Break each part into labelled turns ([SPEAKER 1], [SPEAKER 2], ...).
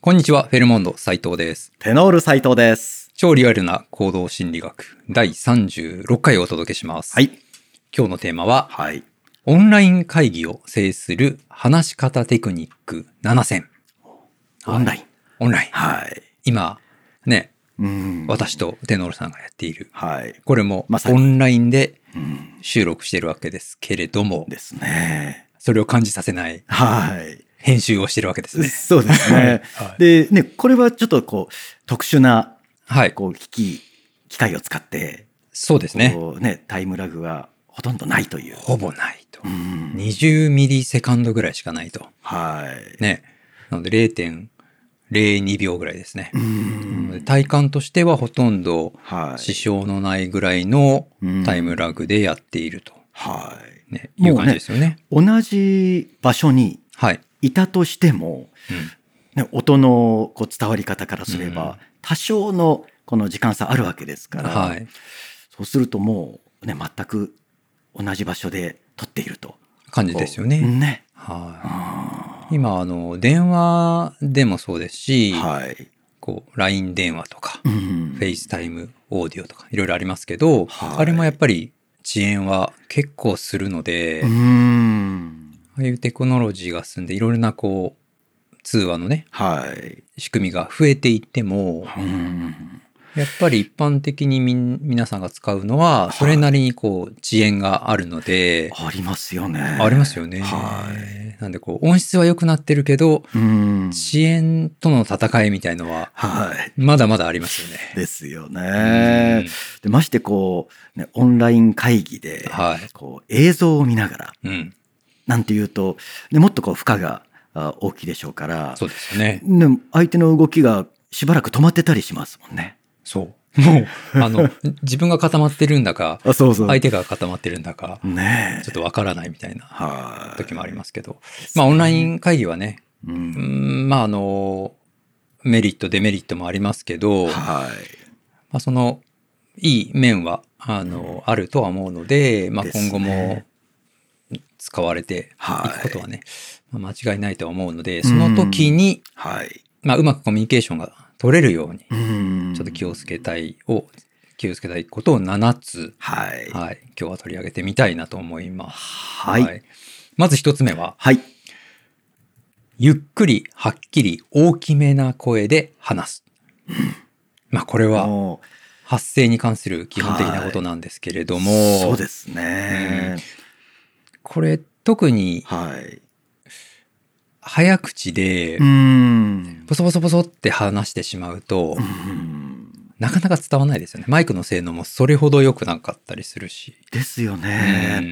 [SPEAKER 1] こんにちは、フェルモンド斉藤です。
[SPEAKER 2] テノール斉藤です。
[SPEAKER 1] 超リアルな行動心理学第36回をお届けします。
[SPEAKER 2] はい。
[SPEAKER 1] 今日のテーマは、
[SPEAKER 2] はい。
[SPEAKER 1] オンライン会議を制する話し方テクニック7選。
[SPEAKER 2] オンライン。
[SPEAKER 1] オンライン。
[SPEAKER 2] はい。
[SPEAKER 1] 今、ね、
[SPEAKER 2] うん。
[SPEAKER 1] 私とテノールさんがやっている。
[SPEAKER 2] はい。
[SPEAKER 1] これも
[SPEAKER 2] まさ
[SPEAKER 1] オ
[SPEAKER 2] に
[SPEAKER 1] ンラインで
[SPEAKER 2] うん。
[SPEAKER 1] 収録してるわけですけれども、
[SPEAKER 2] ですね。
[SPEAKER 1] それを感じさせない
[SPEAKER 2] はい。
[SPEAKER 1] 編集をしてるわけですね。
[SPEAKER 2] そうですね。
[SPEAKER 1] はい
[SPEAKER 2] で、ね、これはちょっとこう、特殊な、
[SPEAKER 1] はい。
[SPEAKER 2] こう、機器、機械を使って、
[SPEAKER 1] そうですね。
[SPEAKER 2] こうね、タイムラグがほとんどないという。
[SPEAKER 1] ほぼないと
[SPEAKER 2] う。ん。
[SPEAKER 1] 20ミリセカンドぐらいしかないと。
[SPEAKER 2] はい。
[SPEAKER 1] ね。なので0.02秒ぐらいですね
[SPEAKER 2] う。
[SPEAKER 1] なので
[SPEAKER 2] ん。
[SPEAKER 1] 体感としてはほとんど
[SPEAKER 2] は
[SPEAKER 1] 支
[SPEAKER 2] い。
[SPEAKER 1] 障のないぐらいの
[SPEAKER 2] うん
[SPEAKER 1] タイムラグでやっていると、
[SPEAKER 2] はい。
[SPEAKER 1] ねい
[SPEAKER 2] もうね
[SPEAKER 1] う感じですよね。
[SPEAKER 2] 同じ場所に
[SPEAKER 1] はい。
[SPEAKER 2] いたとしても、
[SPEAKER 1] うん
[SPEAKER 2] ね、音のこう伝わり方からすれば、
[SPEAKER 1] うん
[SPEAKER 2] 多少のこの時間差あるわけですから、
[SPEAKER 1] はい。
[SPEAKER 2] そうするともう、ね、全く同じ場所で撮っていると。
[SPEAKER 1] 感じですよ
[SPEAKER 2] こう
[SPEAKER 1] ね。
[SPEAKER 2] ね。
[SPEAKER 1] は。
[SPEAKER 2] はい
[SPEAKER 1] 今、あの、電話でもそうですし、
[SPEAKER 2] はい。
[SPEAKER 1] こう、LINE 電話とか、
[SPEAKER 2] うん
[SPEAKER 1] フェイスタイムオーディオとか、いろいろありますけど、
[SPEAKER 2] はい
[SPEAKER 1] あれもやっぱり遅延は結構するので、
[SPEAKER 2] うん。
[SPEAKER 1] ああいうテクノロジーが進んで、いろいろなこう、通話のね、
[SPEAKER 2] はい。
[SPEAKER 1] 仕組みが増えていっても、
[SPEAKER 2] うん。
[SPEAKER 1] やっぱり一般的にみん皆さんが使うのは、
[SPEAKER 2] い
[SPEAKER 1] それなりにこう、遅延があるので、
[SPEAKER 2] ありますよね。
[SPEAKER 1] ありますよね。
[SPEAKER 2] はい。
[SPEAKER 1] なんでこう、音質は良くなってるけど、
[SPEAKER 2] うん。
[SPEAKER 1] 遅延との戦いみたいのは、
[SPEAKER 2] はい。
[SPEAKER 1] まだまだありますよね。
[SPEAKER 2] ですよね。でましてこう、ね、オンライン会議で、
[SPEAKER 1] はい。
[SPEAKER 2] こう映像を見ながら、
[SPEAKER 1] うん。
[SPEAKER 2] なんていうと、ね、もっとこう負荷があ大きいでしょうから、
[SPEAKER 1] そうですよね。
[SPEAKER 2] ね、相手の動きがしばらく止まってたりしますもんね。
[SPEAKER 1] そう。もう、あの、自分が固まってるんだか、
[SPEAKER 2] あ、そうそ
[SPEAKER 1] 相手が固まってるんだか、
[SPEAKER 2] ねえ
[SPEAKER 1] ちょっとわからないみたいな
[SPEAKER 2] はい。
[SPEAKER 1] 時もありますけど、まあ、オンライン会議はね、
[SPEAKER 2] う。
[SPEAKER 1] うんんまああのメリットデメリットもありますけど、ま
[SPEAKER 2] はい。
[SPEAKER 1] あ、そのいい面はあの、あるとは思うので、まあ、
[SPEAKER 2] です
[SPEAKER 1] 今
[SPEAKER 2] ね
[SPEAKER 1] 後も使われて
[SPEAKER 2] はい
[SPEAKER 1] いくことはね、まあ間違いないとは思うのでその時に、
[SPEAKER 2] はい。
[SPEAKER 1] うまあ、うまくコミュニケーションが取れるように
[SPEAKER 2] うん
[SPEAKER 1] ちょっと気をつけたいを、気をつけたいことを7つ、
[SPEAKER 2] はい。
[SPEAKER 1] はい、今日は取り上げてみたいなと思います。
[SPEAKER 2] はい。はい。
[SPEAKER 1] まず1つ目は
[SPEAKER 2] はい。
[SPEAKER 1] ゆっくり、はっきり、大きめな声で話す。まあ、これは
[SPEAKER 2] もう
[SPEAKER 1] 発声に関する基本的なことなんですけれども、
[SPEAKER 2] そうですね。
[SPEAKER 1] これ特に
[SPEAKER 2] はい。
[SPEAKER 1] 早口で
[SPEAKER 2] う、ん。
[SPEAKER 1] ボソボソボソって話してしまうと
[SPEAKER 2] う、ん
[SPEAKER 1] なかなか伝わらないですよね。マイクの性能もそれほど良くなかったりするし。
[SPEAKER 2] ですよ
[SPEAKER 1] う
[SPEAKER 2] ね。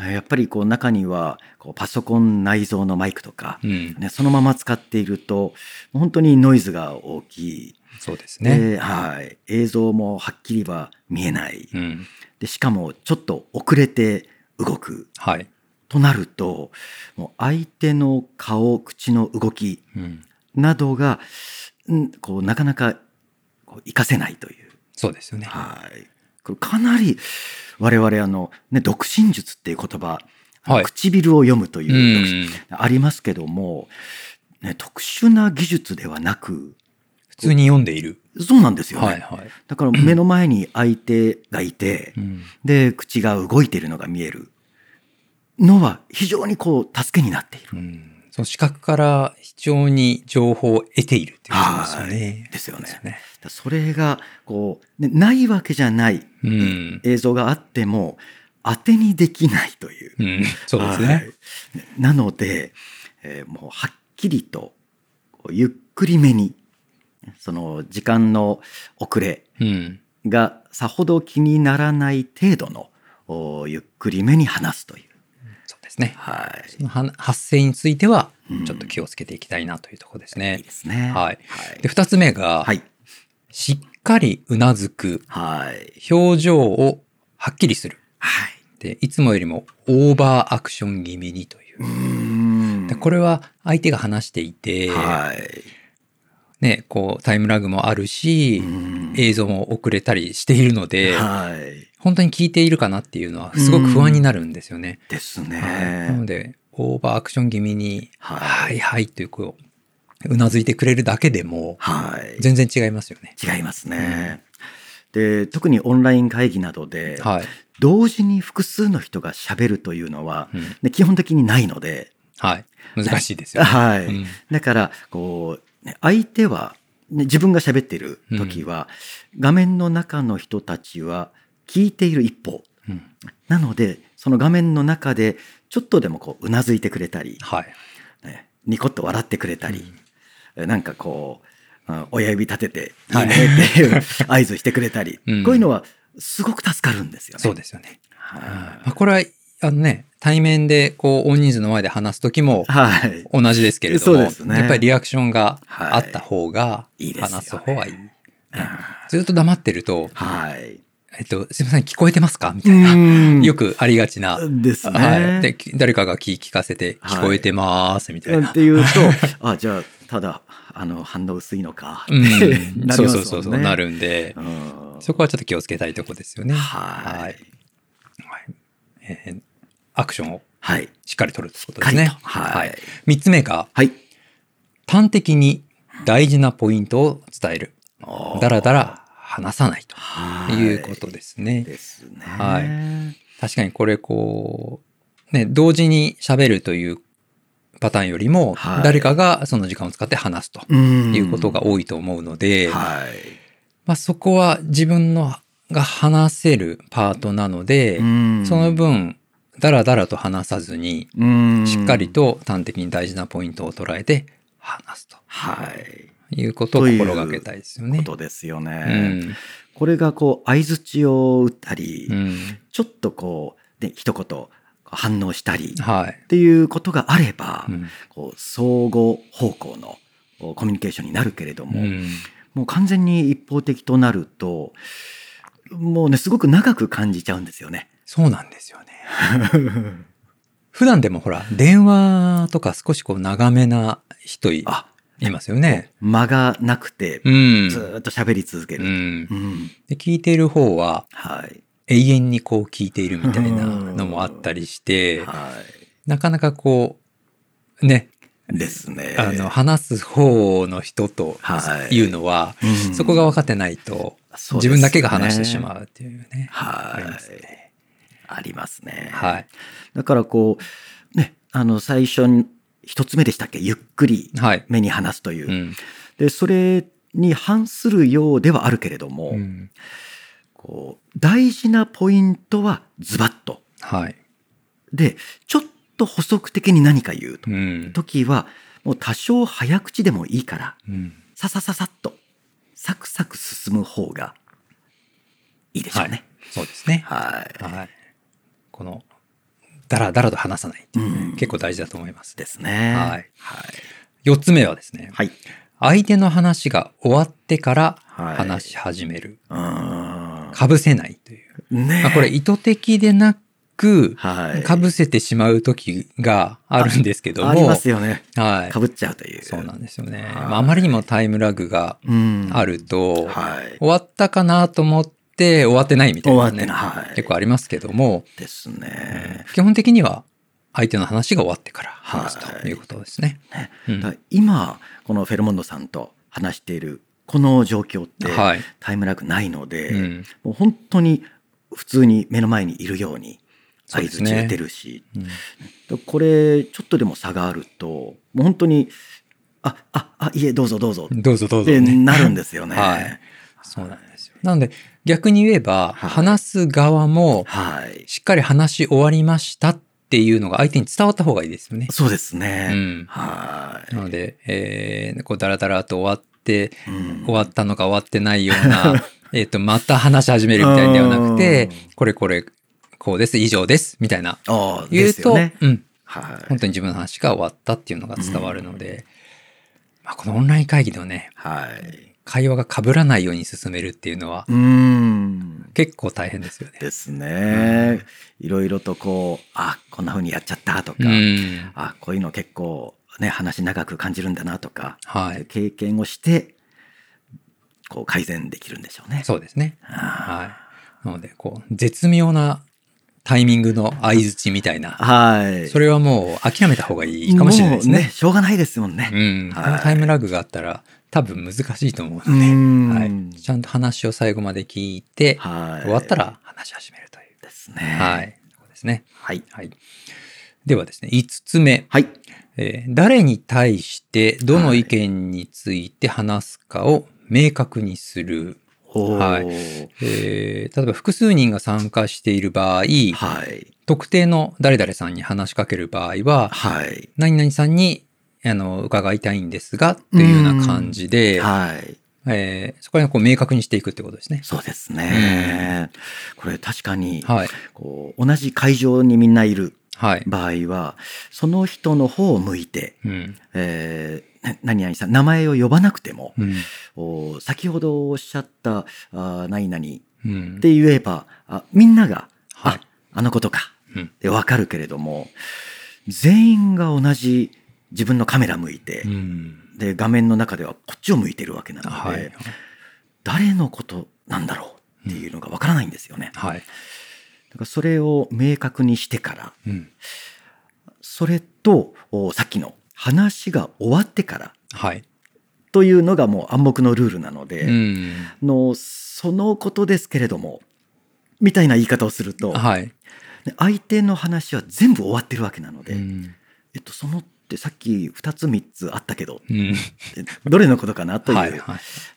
[SPEAKER 1] ん。
[SPEAKER 2] やっぱりこう中にはこうパソコン内蔵のマイクとか、
[SPEAKER 1] うん。
[SPEAKER 2] ね、そのまま使っていると本当にノイズが大きい、
[SPEAKER 1] そうですね。
[SPEAKER 2] ではい、映像もはっきりは見えない、
[SPEAKER 1] うん。
[SPEAKER 2] でしかもちょっと遅れて動く
[SPEAKER 1] はい。
[SPEAKER 2] となるともう相手の顔口の動き
[SPEAKER 1] うん。
[SPEAKER 2] などが、うん、こうなかなかこう活かせないという、
[SPEAKER 1] そうですよね。
[SPEAKER 2] はい、これかなり我々あの、ね、読心術っていう言葉、
[SPEAKER 1] はい
[SPEAKER 2] 唇を読むという
[SPEAKER 1] ん。
[SPEAKER 2] う、ありますけども、ね、特殊な技術ではなく
[SPEAKER 1] 普通に読んでいる。
[SPEAKER 2] そうなんですよね、
[SPEAKER 1] はいはい。
[SPEAKER 2] だから目の前に相手がいて、
[SPEAKER 1] うん。
[SPEAKER 2] で口が動いているのが見えるのは非常にこう助けになっている
[SPEAKER 1] うん、その視覚から非常に情報を得ているっていうことですよね。
[SPEAKER 2] ですよね。
[SPEAKER 1] です
[SPEAKER 2] だか
[SPEAKER 1] よね。
[SPEAKER 2] らそれがこう、ねないわけじゃない
[SPEAKER 1] うん。
[SPEAKER 2] 映像があっても当てにできないという。
[SPEAKER 1] うん、そうです
[SPEAKER 2] は
[SPEAKER 1] ね
[SPEAKER 2] い。なので、えーもうはっきりとこうゆっくりめにその時間の遅れ
[SPEAKER 1] うん。
[SPEAKER 2] がさほど気にならない程度のおゆっくりめに話すという。
[SPEAKER 1] そうですね。
[SPEAKER 2] はい。
[SPEAKER 1] そのは発声については
[SPEAKER 2] うん、
[SPEAKER 1] ちょっと気をつけていきたいなというところです
[SPEAKER 2] いい
[SPEAKER 1] ね
[SPEAKER 2] で。すね。
[SPEAKER 1] はい
[SPEAKER 2] はい
[SPEAKER 1] で、。二つ目が、
[SPEAKER 2] はい。
[SPEAKER 1] しっかりうなずく、
[SPEAKER 2] はい。
[SPEAKER 1] 表情をはっきりする。
[SPEAKER 2] はい。
[SPEAKER 1] で、いつもよりもオーバーアクション気味にという
[SPEAKER 2] う。ーん
[SPEAKER 1] でこれは相手が話していて、
[SPEAKER 2] はい。
[SPEAKER 1] ね、こう、タイムラグもあるし、
[SPEAKER 2] え
[SPEAKER 1] 映像も遅れたりしているので、
[SPEAKER 2] はい。
[SPEAKER 1] 本当に聞いているかなっていうのはすごく不安になるんですよね。
[SPEAKER 2] です
[SPEAKER 1] はいなの
[SPEAKER 2] ね。
[SPEAKER 1] でオーバーアクション気味に「
[SPEAKER 2] はい
[SPEAKER 1] はいはい」というこううなずいてくれるだけでも、
[SPEAKER 2] はい。
[SPEAKER 1] 全然違いますよね。
[SPEAKER 2] 違いますね。で、特にオンライン会議などで、
[SPEAKER 1] はい。
[SPEAKER 2] 同時に複数の人が喋るというのは、
[SPEAKER 1] うん
[SPEAKER 2] ね基本的にないので、
[SPEAKER 1] はい。難しいですよね。
[SPEAKER 2] は
[SPEAKER 1] う
[SPEAKER 2] い。
[SPEAKER 1] ん
[SPEAKER 2] だから、こう、ね相手は、ね自分が喋ってる時は、画面の中の人たちは聞いている一方。
[SPEAKER 1] うん
[SPEAKER 2] なので、その画面の中で、ちょっとでもこう、うなずいてくれたり、
[SPEAKER 1] はい。
[SPEAKER 2] ねニコッと笑ってくれたり、なんかこう、うん親指立てて、い
[SPEAKER 1] はいい
[SPEAKER 2] ねっていう 合図してくれたり、
[SPEAKER 1] うん
[SPEAKER 2] こういうのはすごく助かるんですよね。
[SPEAKER 1] そうですよね。ま
[SPEAKER 2] は
[SPEAKER 1] あ、これは、あのね、対面で、こう、大人数の前で話すときも
[SPEAKER 2] い。、はい。
[SPEAKER 1] 同じですけれども、
[SPEAKER 2] そうですね
[SPEAKER 1] やっぱりリアクションが
[SPEAKER 2] はい
[SPEAKER 1] あった方が
[SPEAKER 2] いいですよね
[SPEAKER 1] 話す方はいい。
[SPEAKER 2] あ
[SPEAKER 1] ずっと黙ってると、
[SPEAKER 2] ーはい。
[SPEAKER 1] えっと、すいません、聞こえてますかみたいな。
[SPEAKER 2] ん
[SPEAKER 1] よくありがちな。
[SPEAKER 2] ですね。
[SPEAKER 1] はい。で、き誰かが聞聞かせて、
[SPEAKER 2] はい
[SPEAKER 1] 聞こえてます、みたい
[SPEAKER 2] っ
[SPEAKER 1] な。
[SPEAKER 2] ていうと、あ、じゃあ、ただ、あの、反応薄いのか。
[SPEAKER 1] うん
[SPEAKER 2] って なります
[SPEAKER 1] そ
[SPEAKER 2] もんね
[SPEAKER 1] うそうそうそう、なるんで、
[SPEAKER 2] うん
[SPEAKER 1] そこはちょっと気をつけたいとこですよね。
[SPEAKER 2] は
[SPEAKER 1] はいい。はいえーアクションを
[SPEAKER 2] はい。
[SPEAKER 1] しっかり取るってことで
[SPEAKER 2] か
[SPEAKER 1] す
[SPEAKER 2] りと
[SPEAKER 1] ね。
[SPEAKER 2] は
[SPEAKER 1] はいい。。三つ目が、
[SPEAKER 2] はい。
[SPEAKER 1] 端的に大事なポイントを伝える。だらだら話さないと
[SPEAKER 2] はい
[SPEAKER 1] いうことですね。
[SPEAKER 2] ですね。
[SPEAKER 1] はい確かにこれこう、ね、同時に喋るというパターンよりも
[SPEAKER 2] はい、
[SPEAKER 1] 誰かがその時間を使って話すと
[SPEAKER 2] うん
[SPEAKER 1] いうことが多いと思うので、
[SPEAKER 2] はい。
[SPEAKER 1] まあ、そこは自分のが話せるパートなので、
[SPEAKER 2] うん
[SPEAKER 1] その、分、だらだらと話さずに、
[SPEAKER 2] うん
[SPEAKER 1] しっかり。と端的に大事なポイントを捉えて話すと
[SPEAKER 2] はい。
[SPEAKER 1] いうことを心がけたいですよね
[SPEAKER 2] こ。とですよ
[SPEAKER 1] う
[SPEAKER 2] ね。
[SPEAKER 1] ん
[SPEAKER 2] これがこう、相槌を打ったり、
[SPEAKER 1] うん
[SPEAKER 2] ちょっとこう、ね、一言反応したり、
[SPEAKER 1] はい
[SPEAKER 2] っていうことがあれば、
[SPEAKER 1] うん
[SPEAKER 2] こう相互方向のこうコミュニケーションになるけれども、
[SPEAKER 1] うん
[SPEAKER 2] もう完全に一方的となるともうねすごく長く感じちゃうんですよね。
[SPEAKER 1] そうなんですよね。 普段でもほら、電話とか少しこう長めな人い
[SPEAKER 2] あ
[SPEAKER 1] いますよね。
[SPEAKER 2] 間がなくて
[SPEAKER 1] うん。
[SPEAKER 2] ずーっと喋り続け
[SPEAKER 1] う
[SPEAKER 2] る。
[SPEAKER 1] ん
[SPEAKER 2] う、ん
[SPEAKER 1] で聞いている方は
[SPEAKER 2] はい
[SPEAKER 1] 永遠にこう聞いているみたいなのもあったりして、
[SPEAKER 2] は
[SPEAKER 1] なかなかこう、ね、
[SPEAKER 2] い、ですね。
[SPEAKER 1] あの、話す方の人と
[SPEAKER 2] はい
[SPEAKER 1] いうのは、
[SPEAKER 2] うん
[SPEAKER 1] そこが分かってないと、
[SPEAKER 2] そう
[SPEAKER 1] 自
[SPEAKER 2] ですね
[SPEAKER 1] 分だけが話してしまうっていうね。
[SPEAKER 2] は
[SPEAKER 1] あ
[SPEAKER 2] い
[SPEAKER 1] りますね。
[SPEAKER 2] ありますね。
[SPEAKER 1] はい。
[SPEAKER 2] だからこうねあの最初に一つ目でしたっけゆっくり
[SPEAKER 1] はい。
[SPEAKER 2] 目に話すという。
[SPEAKER 1] うん。
[SPEAKER 2] でそれに反するようではあるけれども、
[SPEAKER 1] うん
[SPEAKER 2] こう大事なポイントはズバッと
[SPEAKER 1] はい。
[SPEAKER 2] でちょっと補足的に何か言うと
[SPEAKER 1] うん。
[SPEAKER 2] 時はもう多少早口でもいいから
[SPEAKER 1] うん
[SPEAKER 2] ささささっとサクサク進む方がいいでしょ
[SPEAKER 1] は
[SPEAKER 2] う
[SPEAKER 1] い
[SPEAKER 2] ね。。
[SPEAKER 1] そうですね。
[SPEAKER 2] はい、
[SPEAKER 1] はい。この、だらだらと話さないっていうね、
[SPEAKER 2] うん
[SPEAKER 1] 結構大事だと思います。
[SPEAKER 2] ですね。
[SPEAKER 1] はい
[SPEAKER 2] はい
[SPEAKER 1] 4つ目はですね、
[SPEAKER 2] はい
[SPEAKER 1] 相手の話が終わってから
[SPEAKER 2] はい
[SPEAKER 1] 話し始める。
[SPEAKER 2] うー
[SPEAKER 1] かぶせないという。
[SPEAKER 2] んねえ
[SPEAKER 1] まあ、これ意図的でなく、
[SPEAKER 2] はい
[SPEAKER 1] かぶせてしまう時があるんですけども、
[SPEAKER 2] ありますよね。
[SPEAKER 1] はい
[SPEAKER 2] か。ぶっちゃうという。
[SPEAKER 1] そうなんですよね。
[SPEAKER 2] はい
[SPEAKER 1] まあ、あまりにもタイムラグが
[SPEAKER 2] うん
[SPEAKER 1] あると、
[SPEAKER 2] はい。
[SPEAKER 1] 終わったかなと思って終わってないみたい
[SPEAKER 2] 終わ
[SPEAKER 1] な
[SPEAKER 2] って
[SPEAKER 1] ね、
[SPEAKER 2] ない。
[SPEAKER 1] 結構ありますけども、
[SPEAKER 2] ですね。
[SPEAKER 1] 基本的には相手の話が終わってから話す
[SPEAKER 2] はい
[SPEAKER 1] ということですね。
[SPEAKER 2] ね
[SPEAKER 1] うん
[SPEAKER 2] だから今このフェルモンドさんと話しているこの状況って
[SPEAKER 1] はい
[SPEAKER 2] タイムラグないので、
[SPEAKER 1] うん
[SPEAKER 2] もう本当に普通に目の前にいるように
[SPEAKER 1] そう
[SPEAKER 2] 合
[SPEAKER 1] です
[SPEAKER 2] 図
[SPEAKER 1] ね
[SPEAKER 2] 打てるし、
[SPEAKER 1] うん
[SPEAKER 2] これちょっとでも差があるともう本当にあああいえどうぞどうぞっ
[SPEAKER 1] どうぞどうぞ
[SPEAKER 2] て
[SPEAKER 1] ね。
[SPEAKER 2] なるんですよ ね。
[SPEAKER 1] はいそうなんですよ。なので逆に言えば、
[SPEAKER 2] はい
[SPEAKER 1] 話す側も
[SPEAKER 2] はい
[SPEAKER 1] しっかり話し終わりましたっていうのが相手に伝わった方がいいですよね。
[SPEAKER 2] そうですね。
[SPEAKER 1] うん
[SPEAKER 2] はい
[SPEAKER 1] なので、えーこうダラダラと終わって、
[SPEAKER 2] うん
[SPEAKER 1] 終わったのか終わってないよう な、えっと、また話し始めるみたいではなくて
[SPEAKER 2] う、
[SPEAKER 1] これこれ、こうです、以上です、みたいな。
[SPEAKER 2] ああ
[SPEAKER 1] 言
[SPEAKER 2] で
[SPEAKER 1] う
[SPEAKER 2] す
[SPEAKER 1] と、
[SPEAKER 2] よね。
[SPEAKER 1] うん、
[SPEAKER 2] はい
[SPEAKER 1] 本当に自分の話が終わったっていうのが伝わるので、まあ、このオンライン会議のね、
[SPEAKER 2] はい。
[SPEAKER 1] 会話が被らないように進めるっていうのは
[SPEAKER 2] うーん。
[SPEAKER 1] 結構大変ですよね。
[SPEAKER 2] ですね。いろいろとこう、あ、こんな風にやっちゃったとか、
[SPEAKER 1] うん。
[SPEAKER 2] あ、こういうの結構ね、話長く感じるんだなとか、
[SPEAKER 1] はい。
[SPEAKER 2] 経験をして、こう改善できるんでしょうね。
[SPEAKER 1] そうですね。
[SPEAKER 2] あ
[SPEAKER 1] はい。なので、こう、絶妙なタイミングの相づちみたいな。
[SPEAKER 2] はい。
[SPEAKER 1] それはもう諦めた方がいいかもしれないです
[SPEAKER 2] もう
[SPEAKER 1] ね。
[SPEAKER 2] しょうがないですもんね。
[SPEAKER 1] うん。
[SPEAKER 2] はい
[SPEAKER 1] このタイムラグがあったら多分難しいと思う
[SPEAKER 2] う
[SPEAKER 1] ので、
[SPEAKER 2] ん
[SPEAKER 1] はい。ちゃんと話を最後まで聞いて、
[SPEAKER 2] はい。
[SPEAKER 1] 終わったら話し始めるという。
[SPEAKER 2] ですね。
[SPEAKER 1] はい。そうですね。
[SPEAKER 2] はい。
[SPEAKER 1] はい。ではですね、5つ目。
[SPEAKER 2] はい。
[SPEAKER 1] えー誰に対してどの意見について話すかを明確にする。
[SPEAKER 2] おー
[SPEAKER 1] はいえー例えば複数人が参加している場合、
[SPEAKER 2] はい。
[SPEAKER 1] 特定の誰々さんに話しかける場合は、
[SPEAKER 2] はい。
[SPEAKER 1] 何々さんにあの伺いたいんですが、というような感じで、
[SPEAKER 2] はい。
[SPEAKER 1] えーそこら辺をこう明確にしていくってことですね。
[SPEAKER 2] そうですね。これ確かに、
[SPEAKER 1] はい。
[SPEAKER 2] こう、同じ会場にみんないる
[SPEAKER 1] はい。
[SPEAKER 2] 場合は、その人の方を向いて、
[SPEAKER 1] うん。
[SPEAKER 2] えーな何々さん、名前を呼ばなくても、
[SPEAKER 1] うん。
[SPEAKER 2] お先ほどおっしゃった、あー何々っ
[SPEAKER 1] うん。
[SPEAKER 2] て言えば、あみんなが、
[SPEAKER 1] はい
[SPEAKER 2] あ、あのことか、
[SPEAKER 1] うん
[SPEAKER 2] でわかるけれども、全員が同じ自分のカメラ向いて、
[SPEAKER 1] うん。
[SPEAKER 2] で、画面の中ではこっちを向いてるわけなので、
[SPEAKER 1] はい。
[SPEAKER 2] 誰のことなんだろうっていうのがわからないんですよね。だか
[SPEAKER 1] はい。
[SPEAKER 2] らそれを明確にしてから、
[SPEAKER 1] うん。
[SPEAKER 2] それと、おさっきの話が終わってから
[SPEAKER 1] はい。
[SPEAKER 2] というのがもう暗黙のルールなので、
[SPEAKER 1] うん。
[SPEAKER 2] のそのことですけれどもみたいな言い方をすると
[SPEAKER 1] はい。
[SPEAKER 2] 相手の話は全部終わってるわけなので、
[SPEAKER 1] うん。
[SPEAKER 2] えっと、そのってさっき2つ3つあったけど
[SPEAKER 1] うん。
[SPEAKER 2] え どれのことかなという、
[SPEAKER 1] はい。はい。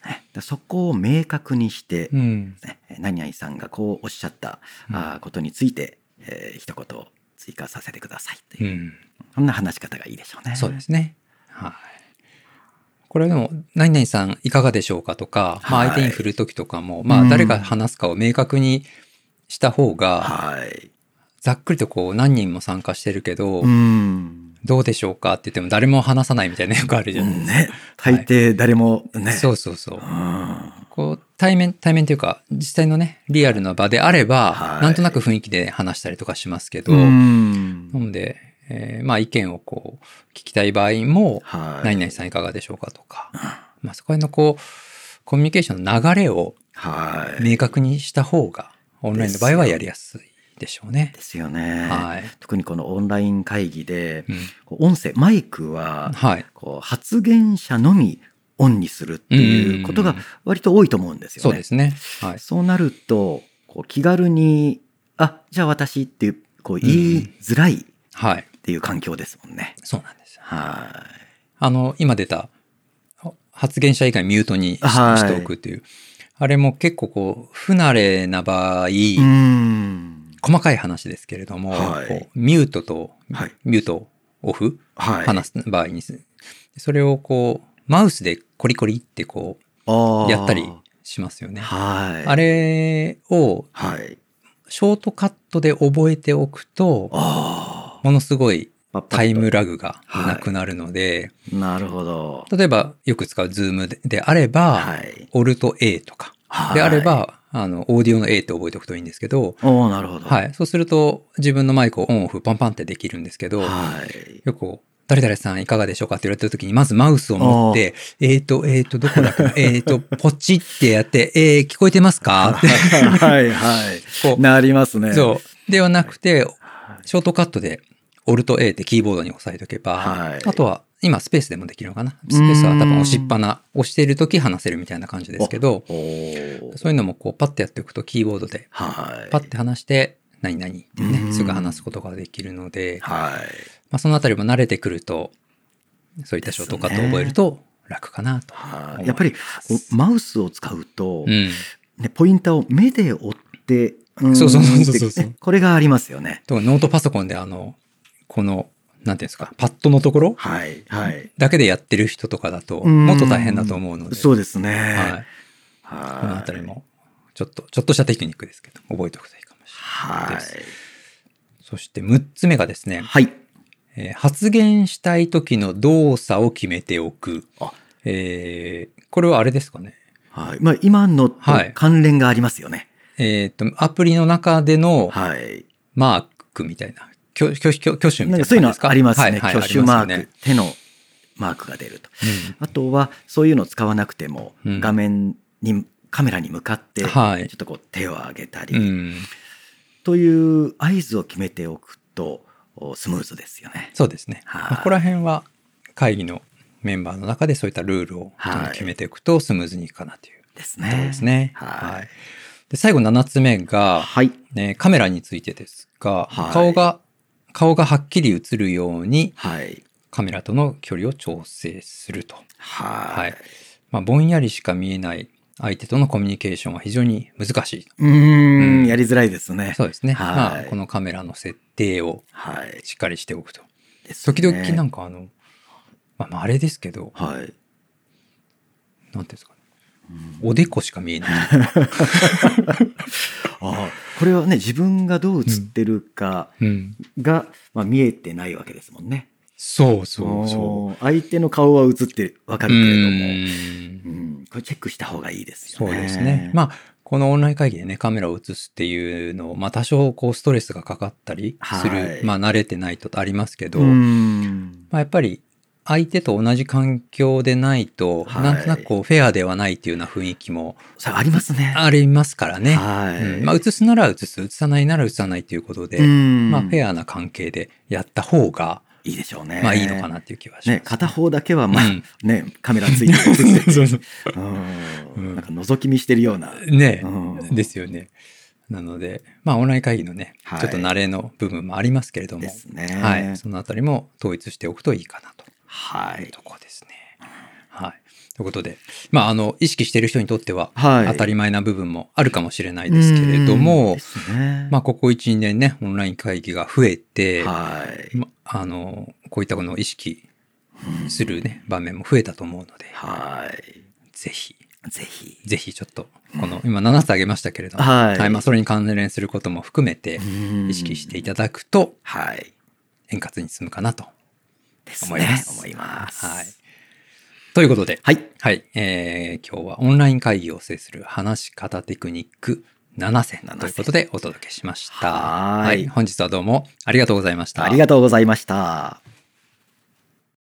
[SPEAKER 2] ねだそこを明確にして、
[SPEAKER 1] うん。
[SPEAKER 2] ね何々さんがこうおっしゃった、
[SPEAKER 1] うん
[SPEAKER 2] あーことについて、えー一言追加させてくださいというう、
[SPEAKER 1] ん。
[SPEAKER 2] そんな話し方がいいでしょうね。
[SPEAKER 1] そうですね。はい。これはでも、何々さんいかがでしょうかとか、ま
[SPEAKER 2] は
[SPEAKER 1] あ
[SPEAKER 2] い
[SPEAKER 1] 相手に振るときとかも、まあ誰が話すかを明確にした方が、
[SPEAKER 2] はい。
[SPEAKER 1] ざっくりとこう何人も参加してるけど
[SPEAKER 2] う、ん。
[SPEAKER 1] どうでしょうかって言っても誰も話さないみたいなよくあるじゃないですか。
[SPEAKER 2] ね。大抵誰もね。
[SPEAKER 1] そうそうそう
[SPEAKER 2] う。ん
[SPEAKER 1] こう対面、対面というか、実際のね、リアルな場であれば、
[SPEAKER 2] はい
[SPEAKER 1] なんとなく雰囲気で話したりとかしますけど、な
[SPEAKER 2] うん
[SPEAKER 1] ので、えーまあ意見をこう、聞きたい場合も、
[SPEAKER 2] はい。
[SPEAKER 1] 何々さんいかがでしょうかとか、まあそこへのこう、コミュニケーションの流れを
[SPEAKER 2] はい。
[SPEAKER 1] 明確にした方が、オンラインの場合はやりやすいでしょうね
[SPEAKER 2] で。すよね。
[SPEAKER 1] はい。
[SPEAKER 2] 特にこのオンライン会議で、
[SPEAKER 1] うん
[SPEAKER 2] こう音声、マイクは、
[SPEAKER 1] はい。
[SPEAKER 2] こう発言者のみオンにするっていうこと
[SPEAKER 1] う
[SPEAKER 2] が
[SPEAKER 1] ん
[SPEAKER 2] 割と多いと思うんですよね。
[SPEAKER 1] そうですね。はい。
[SPEAKER 2] そうなると、こう気軽に、あ、じゃあ私っていう、こう言いづらいっ
[SPEAKER 1] はい。
[SPEAKER 2] ていう環境ですもんね。
[SPEAKER 1] そうなんです。
[SPEAKER 2] は
[SPEAKER 1] あの、今出た、発言者以外ミュートにし
[SPEAKER 2] はい
[SPEAKER 1] しておくっていう。あれも結構こう、不慣れな場合、
[SPEAKER 2] い。うーん。
[SPEAKER 1] 細かい話ですけれども、
[SPEAKER 2] はい
[SPEAKER 1] こうミュートと、
[SPEAKER 2] はい
[SPEAKER 1] ミュートオフ、
[SPEAKER 2] はい。
[SPEAKER 1] 話す場合にす、それをこう、マウスでコリコリってこ
[SPEAKER 2] あ
[SPEAKER 1] う、
[SPEAKER 2] ー
[SPEAKER 1] やったりしますよね。
[SPEAKER 2] はい。
[SPEAKER 1] あれを
[SPEAKER 2] はい。
[SPEAKER 1] ショートカットで覚えておくと、
[SPEAKER 2] あ
[SPEAKER 1] ものすごい
[SPEAKER 2] あ。
[SPEAKER 1] タイムラグがなくなるので、
[SPEAKER 2] なるほど。
[SPEAKER 1] 例えばよく使うズームでであれば、
[SPEAKER 2] はい。
[SPEAKER 1] オルト A とか
[SPEAKER 2] はい
[SPEAKER 1] であれば、。あの、オーディオの A って覚えておくといいんですけど、
[SPEAKER 2] おおなるほど。。
[SPEAKER 1] はいい。そうすると、自分のマイクをオンオフパンパンってできるんですけど、
[SPEAKER 2] はい。
[SPEAKER 1] よくこう、誰々さんいかがでしょうかって言われた時に、まずマウスを持って、えーと、えーと、どこだっけな えーと、ポチってやって、えー、聞こえてますかって、
[SPEAKER 2] はいはい。
[SPEAKER 1] こう、
[SPEAKER 2] なりますね。
[SPEAKER 1] そう。ではなくて、ショートカットで、オルト A ってキーボードに押さえておけば、
[SPEAKER 2] はい
[SPEAKER 1] あとは、今スペースでもできるのかなスペースは多分押しっぱな、押している時話せるみたいな感じですけど、
[SPEAKER 2] おー
[SPEAKER 1] そういうのもこうパッてやっておくとキーボードで
[SPEAKER 2] はい。
[SPEAKER 1] パッて話して何々っていう
[SPEAKER 2] う
[SPEAKER 1] ね
[SPEAKER 2] ん
[SPEAKER 1] すぐ話すことができるので、
[SPEAKER 2] はい。
[SPEAKER 1] まあ、そのあたりも慣れてくるとそういったショートカットを覚えると楽かなと思い
[SPEAKER 2] は
[SPEAKER 1] ます
[SPEAKER 2] い。やっぱり、こうマウスを使うと、
[SPEAKER 1] うん、
[SPEAKER 2] ね、ポインターを目で追って、ーん
[SPEAKER 1] そうそうそうそうそう
[SPEAKER 2] ってこれがありますよね。
[SPEAKER 1] とかノートパソコンであのこのなんていうんですかパッドのところ
[SPEAKER 2] はい。はい。
[SPEAKER 1] だけでやってる人とかだと
[SPEAKER 2] うん
[SPEAKER 1] もっと大変だと思うので
[SPEAKER 2] そうですね。
[SPEAKER 1] はい、このあ
[SPEAKER 2] は
[SPEAKER 1] たり
[SPEAKER 2] い。
[SPEAKER 1] もちょっとちょっとしたテクニックですけど覚えておくといいかもしれない
[SPEAKER 2] は
[SPEAKER 1] です
[SPEAKER 2] い。
[SPEAKER 1] そして6つ目がですね、
[SPEAKER 2] はい。
[SPEAKER 1] えー発言したい時の動作を決めておく。
[SPEAKER 2] あ
[SPEAKER 1] えーこれはあれですかね。
[SPEAKER 2] はい。まあ、今のと
[SPEAKER 1] はい
[SPEAKER 2] 関連がありますよね。
[SPEAKER 1] えっ、と、アプリの中での
[SPEAKER 2] はい。
[SPEAKER 1] マークみたいな。挙挙挙挙手みたいな
[SPEAKER 2] なんかそうい
[SPEAKER 1] 感じ
[SPEAKER 2] うの
[SPEAKER 1] ですか
[SPEAKER 2] ありますね。
[SPEAKER 1] はいはい
[SPEAKER 2] 挙手マー
[SPEAKER 1] あ
[SPEAKER 2] ク、
[SPEAKER 1] りますよね
[SPEAKER 2] 手のマークが出ると。あとは、そういうの使わなくても、
[SPEAKER 1] うん
[SPEAKER 2] 画面に、カメラに向かって、
[SPEAKER 1] はい
[SPEAKER 2] ちょっとこう手を上げた
[SPEAKER 1] うん。う
[SPEAKER 2] り、
[SPEAKER 1] ん
[SPEAKER 2] という合図を決めておくとおスムーズですよね。
[SPEAKER 1] そうですね。
[SPEAKER 2] はい
[SPEAKER 1] まあここら辺は会議のメンバーの中でそういったルールを
[SPEAKER 2] はい
[SPEAKER 1] 決めていくとスムーズにいくかなという
[SPEAKER 2] です
[SPEAKER 1] と
[SPEAKER 2] ね。
[SPEAKER 1] ころですね。
[SPEAKER 2] はい
[SPEAKER 1] はいで最後7つ目が、
[SPEAKER 2] はい。
[SPEAKER 1] ね、カメラについてですが、
[SPEAKER 2] はい
[SPEAKER 1] 顔が顔がはっきり映るように
[SPEAKER 2] はい。
[SPEAKER 1] カメラとの距離を調整すると。
[SPEAKER 2] は
[SPEAKER 1] はいい。まあ、ぼんやりしか見えない相手とのコミュニケーションは非常に難しい。
[SPEAKER 2] うー、
[SPEAKER 1] うんん
[SPEAKER 2] やりづらいですね。
[SPEAKER 1] そうですね。
[SPEAKER 2] はい
[SPEAKER 1] まあ、このカメラの設定を
[SPEAKER 2] はい。
[SPEAKER 1] しっかりしておくと。
[SPEAKER 2] ですね
[SPEAKER 1] 時々なんかあの、まあ、まああれですけど、
[SPEAKER 2] はい。
[SPEAKER 1] なんていうんですかね。おでこしか見え ない。
[SPEAKER 2] ああこれはね、自分がどう映ってるか
[SPEAKER 1] うん。
[SPEAKER 2] が、まあ、見えてないわけですもんね。
[SPEAKER 1] そうそうそう。
[SPEAKER 2] う。相手の顔は映ってわか
[SPEAKER 1] う
[SPEAKER 2] るけれども、
[SPEAKER 1] ん
[SPEAKER 2] うん、これチェックした方がいいですよ
[SPEAKER 1] そ
[SPEAKER 2] ね。
[SPEAKER 1] うですね。まあ、このオンライン会議でね、カメラを映すっていうのを、まあ、多少こうストレスがかかったりする、
[SPEAKER 2] はい
[SPEAKER 1] まあ、慣れてないとありますけど、
[SPEAKER 2] うん
[SPEAKER 1] まあ、やっぱり相手と同じ環境でないと、
[SPEAKER 2] はい
[SPEAKER 1] なんとなくこうフェアではないっていうような雰囲気も
[SPEAKER 2] そうありますね。
[SPEAKER 1] ありますからね。
[SPEAKER 2] はい。
[SPEAKER 1] うんまあ、映すなら映す、映さないなら映さないということで、
[SPEAKER 2] うん
[SPEAKER 1] まあ、フェアな関係でやった方が、
[SPEAKER 2] いいでしょうね。
[SPEAKER 1] まあ、いいのかなっていう気はします。
[SPEAKER 2] ね、片方だけは、まあ、
[SPEAKER 1] うん
[SPEAKER 2] ね、カメラついて映ってて
[SPEAKER 1] そう そう
[SPEAKER 2] う
[SPEAKER 1] うんん
[SPEAKER 2] なんか覗き見してるような。
[SPEAKER 1] ね、
[SPEAKER 2] うん
[SPEAKER 1] ですよね。なので、まあ、オンライン会議のね、
[SPEAKER 2] はい
[SPEAKER 1] ちょっと慣れの部分もありますけれども、
[SPEAKER 2] ですね。
[SPEAKER 1] はい、そのあたりも統一しておくといいかなと。
[SPEAKER 2] はい。
[SPEAKER 1] とこですね。はい。ということで、まあ、あの、意識している人にとっては、
[SPEAKER 2] はい
[SPEAKER 1] 当たり前な部分もあるかもしれないですけれど
[SPEAKER 2] うん
[SPEAKER 1] も
[SPEAKER 2] で、すね
[SPEAKER 1] まあ、ここ1、2年ね、オンライン会議が増えて、
[SPEAKER 2] はい。
[SPEAKER 1] まあの、こういったものを意識するね、場面も増えたと思うので、
[SPEAKER 2] はい。
[SPEAKER 1] ぜひ、
[SPEAKER 2] ぜひ。
[SPEAKER 1] ぜひちょっと、この、今7つ挙げましたけれども、
[SPEAKER 2] はい
[SPEAKER 1] まあ、それに関連することも含めて、意識していただくと、
[SPEAKER 2] はい。
[SPEAKER 1] 円滑に進むかなと
[SPEAKER 2] ですね。
[SPEAKER 1] 思います。
[SPEAKER 2] 思います。
[SPEAKER 1] はい。ということで、
[SPEAKER 2] はい。
[SPEAKER 1] はい、えー今日はオンライン会議を制する話し方テクニック7選
[SPEAKER 2] 7選
[SPEAKER 1] ということでお届けしました。
[SPEAKER 2] はーい
[SPEAKER 1] 本日はどうもありがとうございました。
[SPEAKER 2] ありがとうございました。